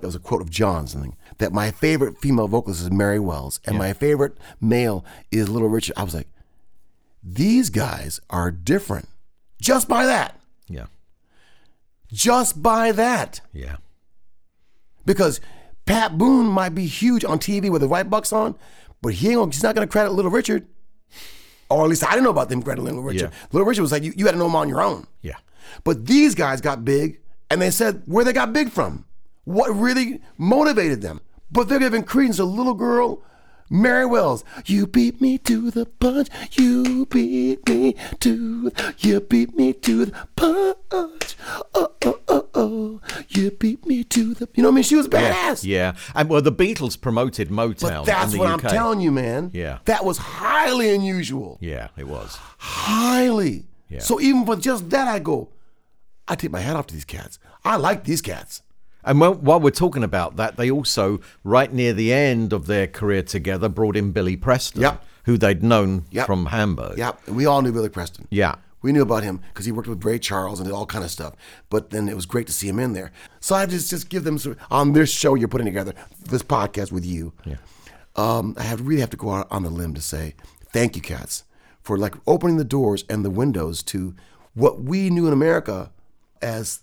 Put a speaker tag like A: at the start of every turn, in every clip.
A: That was a quote of John's, I think. That my favorite female vocalist is Mary Wells, and my favorite male is Little Richard. I was like, these guys are different just by that.
B: Yeah.
A: Just by that.
B: Yeah.
A: Because Pat Boone might be huge on TV with the right bucks on, but he ain't gonna, he's not going to credit Little Richard. Or at least I didn't know about them crediting Little Richard.
B: Yeah.
A: Little Richard was like, you, you had to know him on your own.
B: Yeah.
A: But these guys got big, and they said where they got big from, what really motivated them. But they're giving credence to little girl Mary Wells. You beat me to the punch. You beat me to. You beat me to the punch. Oh oh oh oh. You beat me to the. You know what I mean? She was badass.
B: Yeah. And well, the Beatles promoted Motown.
A: But that's
B: in the
A: what
B: UK.
A: I'm telling you, man.
B: Yeah.
A: That was highly unusual.
B: Yeah, it was.
A: Highly.
B: Yeah.
A: So even for just that, I go, I take my hat off to these cats. I like these cats.
B: And while, while we're talking about that, they also, right near the end of their career together, brought in Billy Preston,
A: Yep.
B: who they'd known
A: Yep.
B: from Hamburg.
A: Yeah, we all knew Billy Preston.
B: Yeah.
A: We knew about him because he worked with Ray Charles and did all kind of stuff. But then it was great to see him in there. So I just just give them sort of- on this show you're putting together, this podcast with you. Yeah. Um, I have really have to go out on the limb to say thank you, cats, for like opening the doors and the windows to what we knew in America as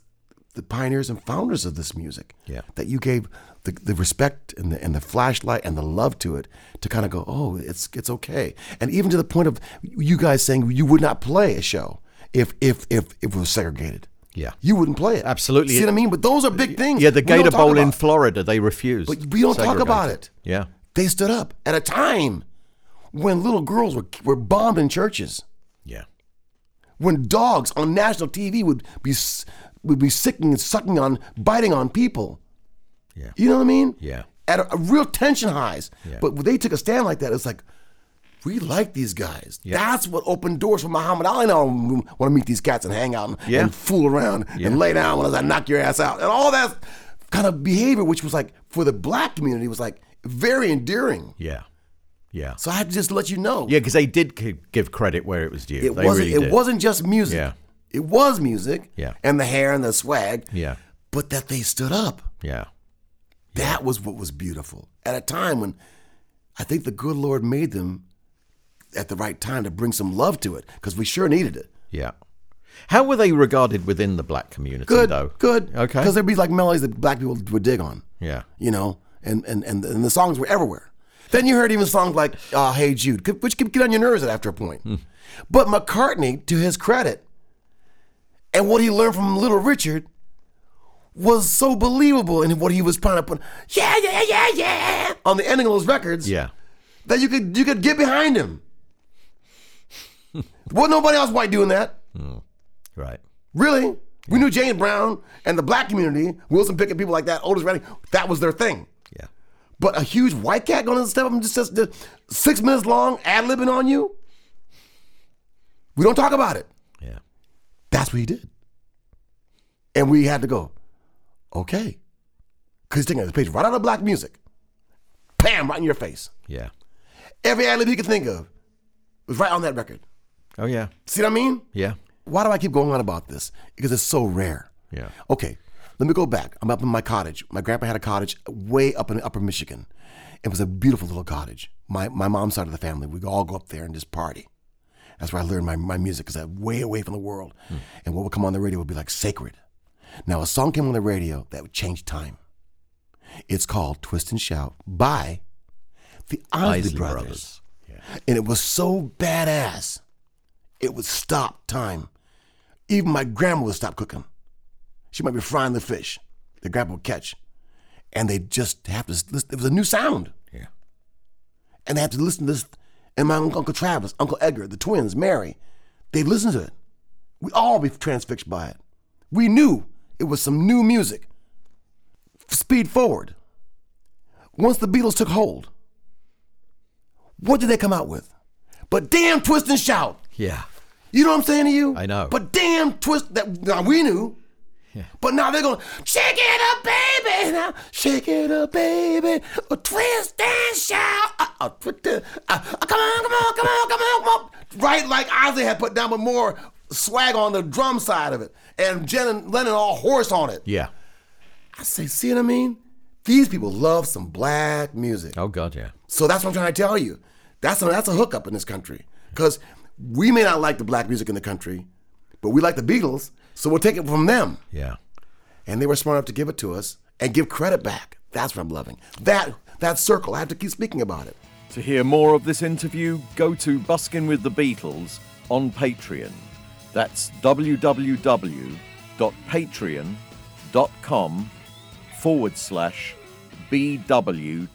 A: the pioneers and founders of this music.
B: Yeah.
A: That you gave the, the respect and the, and the flashlight and the love to it to kind of go, oh, it's it's okay. And even to the point of you guys saying you would not play a show if if if, if it was segregated.
B: Yeah.
A: You wouldn't play it.
B: Absolutely.
A: See what I mean? But those are big things.
B: Yeah, the
A: we don't
B: Gator
A: talk
B: Bowl in
A: about.
B: Florida, they refused.
A: But we don't talk about it.
B: Yeah.
A: They stood up at a time when little girls were, were bombed in churches,
B: Yeah.
A: when dogs on national TV would be s- would be sicking and sucking on, biting on people.
B: Yeah.
A: You know what I mean?
B: Yeah.
A: At a, a real tension highs.
B: Yeah.
A: But when they took a stand like that, it's like, we like these guys. That's what opened doors for Muhammad Ali. Now I want to meet these cats and hang out and,
B: Yeah.
A: and fool around and lay down when I knock your ass out and all that kind of behavior, which was like for the black community was like very endearing.
B: Yeah. Yeah.
A: So I had to just let you know.
B: Yeah, because they did gi- give credit where it was due.
A: It
B: they
A: wasn't.
B: really
A: it
B: did.
A: wasn't just music.
B: Yeah.
A: It was music.
B: Yeah.
A: And the hair and the swag.
B: Yeah.
A: But that they stood up.
B: Yeah.
A: That was what was beautiful at a time when I think the good Lord made them at the right time to bring some love to it because we sure needed it.
B: Yeah. How were they regarded within the black community,
A: Good,
B: though?
A: good.
B: Okay.
A: Because there'd be like melodies that black people would dig on,
B: Yeah.
A: you know, and and and, and the songs were everywhere. Then you heard even songs like uh, "Hey Jude," could- which could get on your nerves after a point. But McCartney, to his credit, and what he learned from Little Richard was so believable in what he was trying to put. Yeah, yeah, yeah, yeah. On the ending of those records.
B: Yeah.
A: that you could you could get behind him. Wasn't nobody else white doing that.
B: Right.
A: Really? We knew James Brown and the black community, Wilson Pickett, people like that, Otis Redding, that was their thing.
B: Yeah.
A: But a huge white cat going to step up and just, just, just six minutes long, ad libbing on you? We don't talk about it.
B: Yeah.
A: That's what he did. And we had to go, okay. Because he's taking the page right out of black music. Bam, right in your face.
B: Yeah.
A: Every ad lib you could think of was right on that record.
B: Oh yeah.
A: See what I mean?
B: Yeah.
A: Why do I keep going on about this? Because it's so rare.
B: Yeah.
A: Okay, let me go back. I'm up in my cottage. My grandpa had a cottage way up in upper Michigan. It was a beautiful little cottage. My my mom's side of the family, we all go up there and just party. That's where I learned my, my music because I'm way away from the world. And what would come on the radio would be like sacred. Now, a song came on the radio that would change time. It's called Twist and Shout by the Isley,
B: Isley
A: Brothers
B: Brothers.
A: and it was so badass, it would stop time. Even my grandma would stop cooking. She might be frying the fish the grandpa would catch, and they just have to. Listen. It was a new sound,
B: Yeah.
A: and they have to listen to this. And my uncle Travis, Uncle Edgar, the twins, Mary, they listened to it. We all be transfixed by it. We knew it was some new music. Speed forward. Once the Beatles took hold, what did they come out with? But damn, twist and shout.
B: Yeah.
A: You know what I'm saying to you?
B: I know.
A: But damn, twist that now we knew. But now they're going, shake it up, baby. Now, shake it up, baby. A twist and shout. Uh, uh, twist the- uh, uh, come on, come on, come on, come on, come on. Right like Ozzy had put down, but more swag on the drum side of it. And Jen and Lennon all horse on it.
B: Yeah.
A: I say, see what I mean? These people love some black music.
C: Oh God, yeah.
A: So that's what I'm trying to tell you. That's a, that's a hookup in this country because we may not like the black music in the country, but we like the Beatles, so we'll take it from them.
C: Yeah.
A: And they were smart enough to give it to us and give credit back. That's what I'm loving. That that circle. I have to keep speaking about it.
B: To hear more of this interview, go to Buskin with the Beatles on Patreon. That's www.patreon.com forward slash BWTB.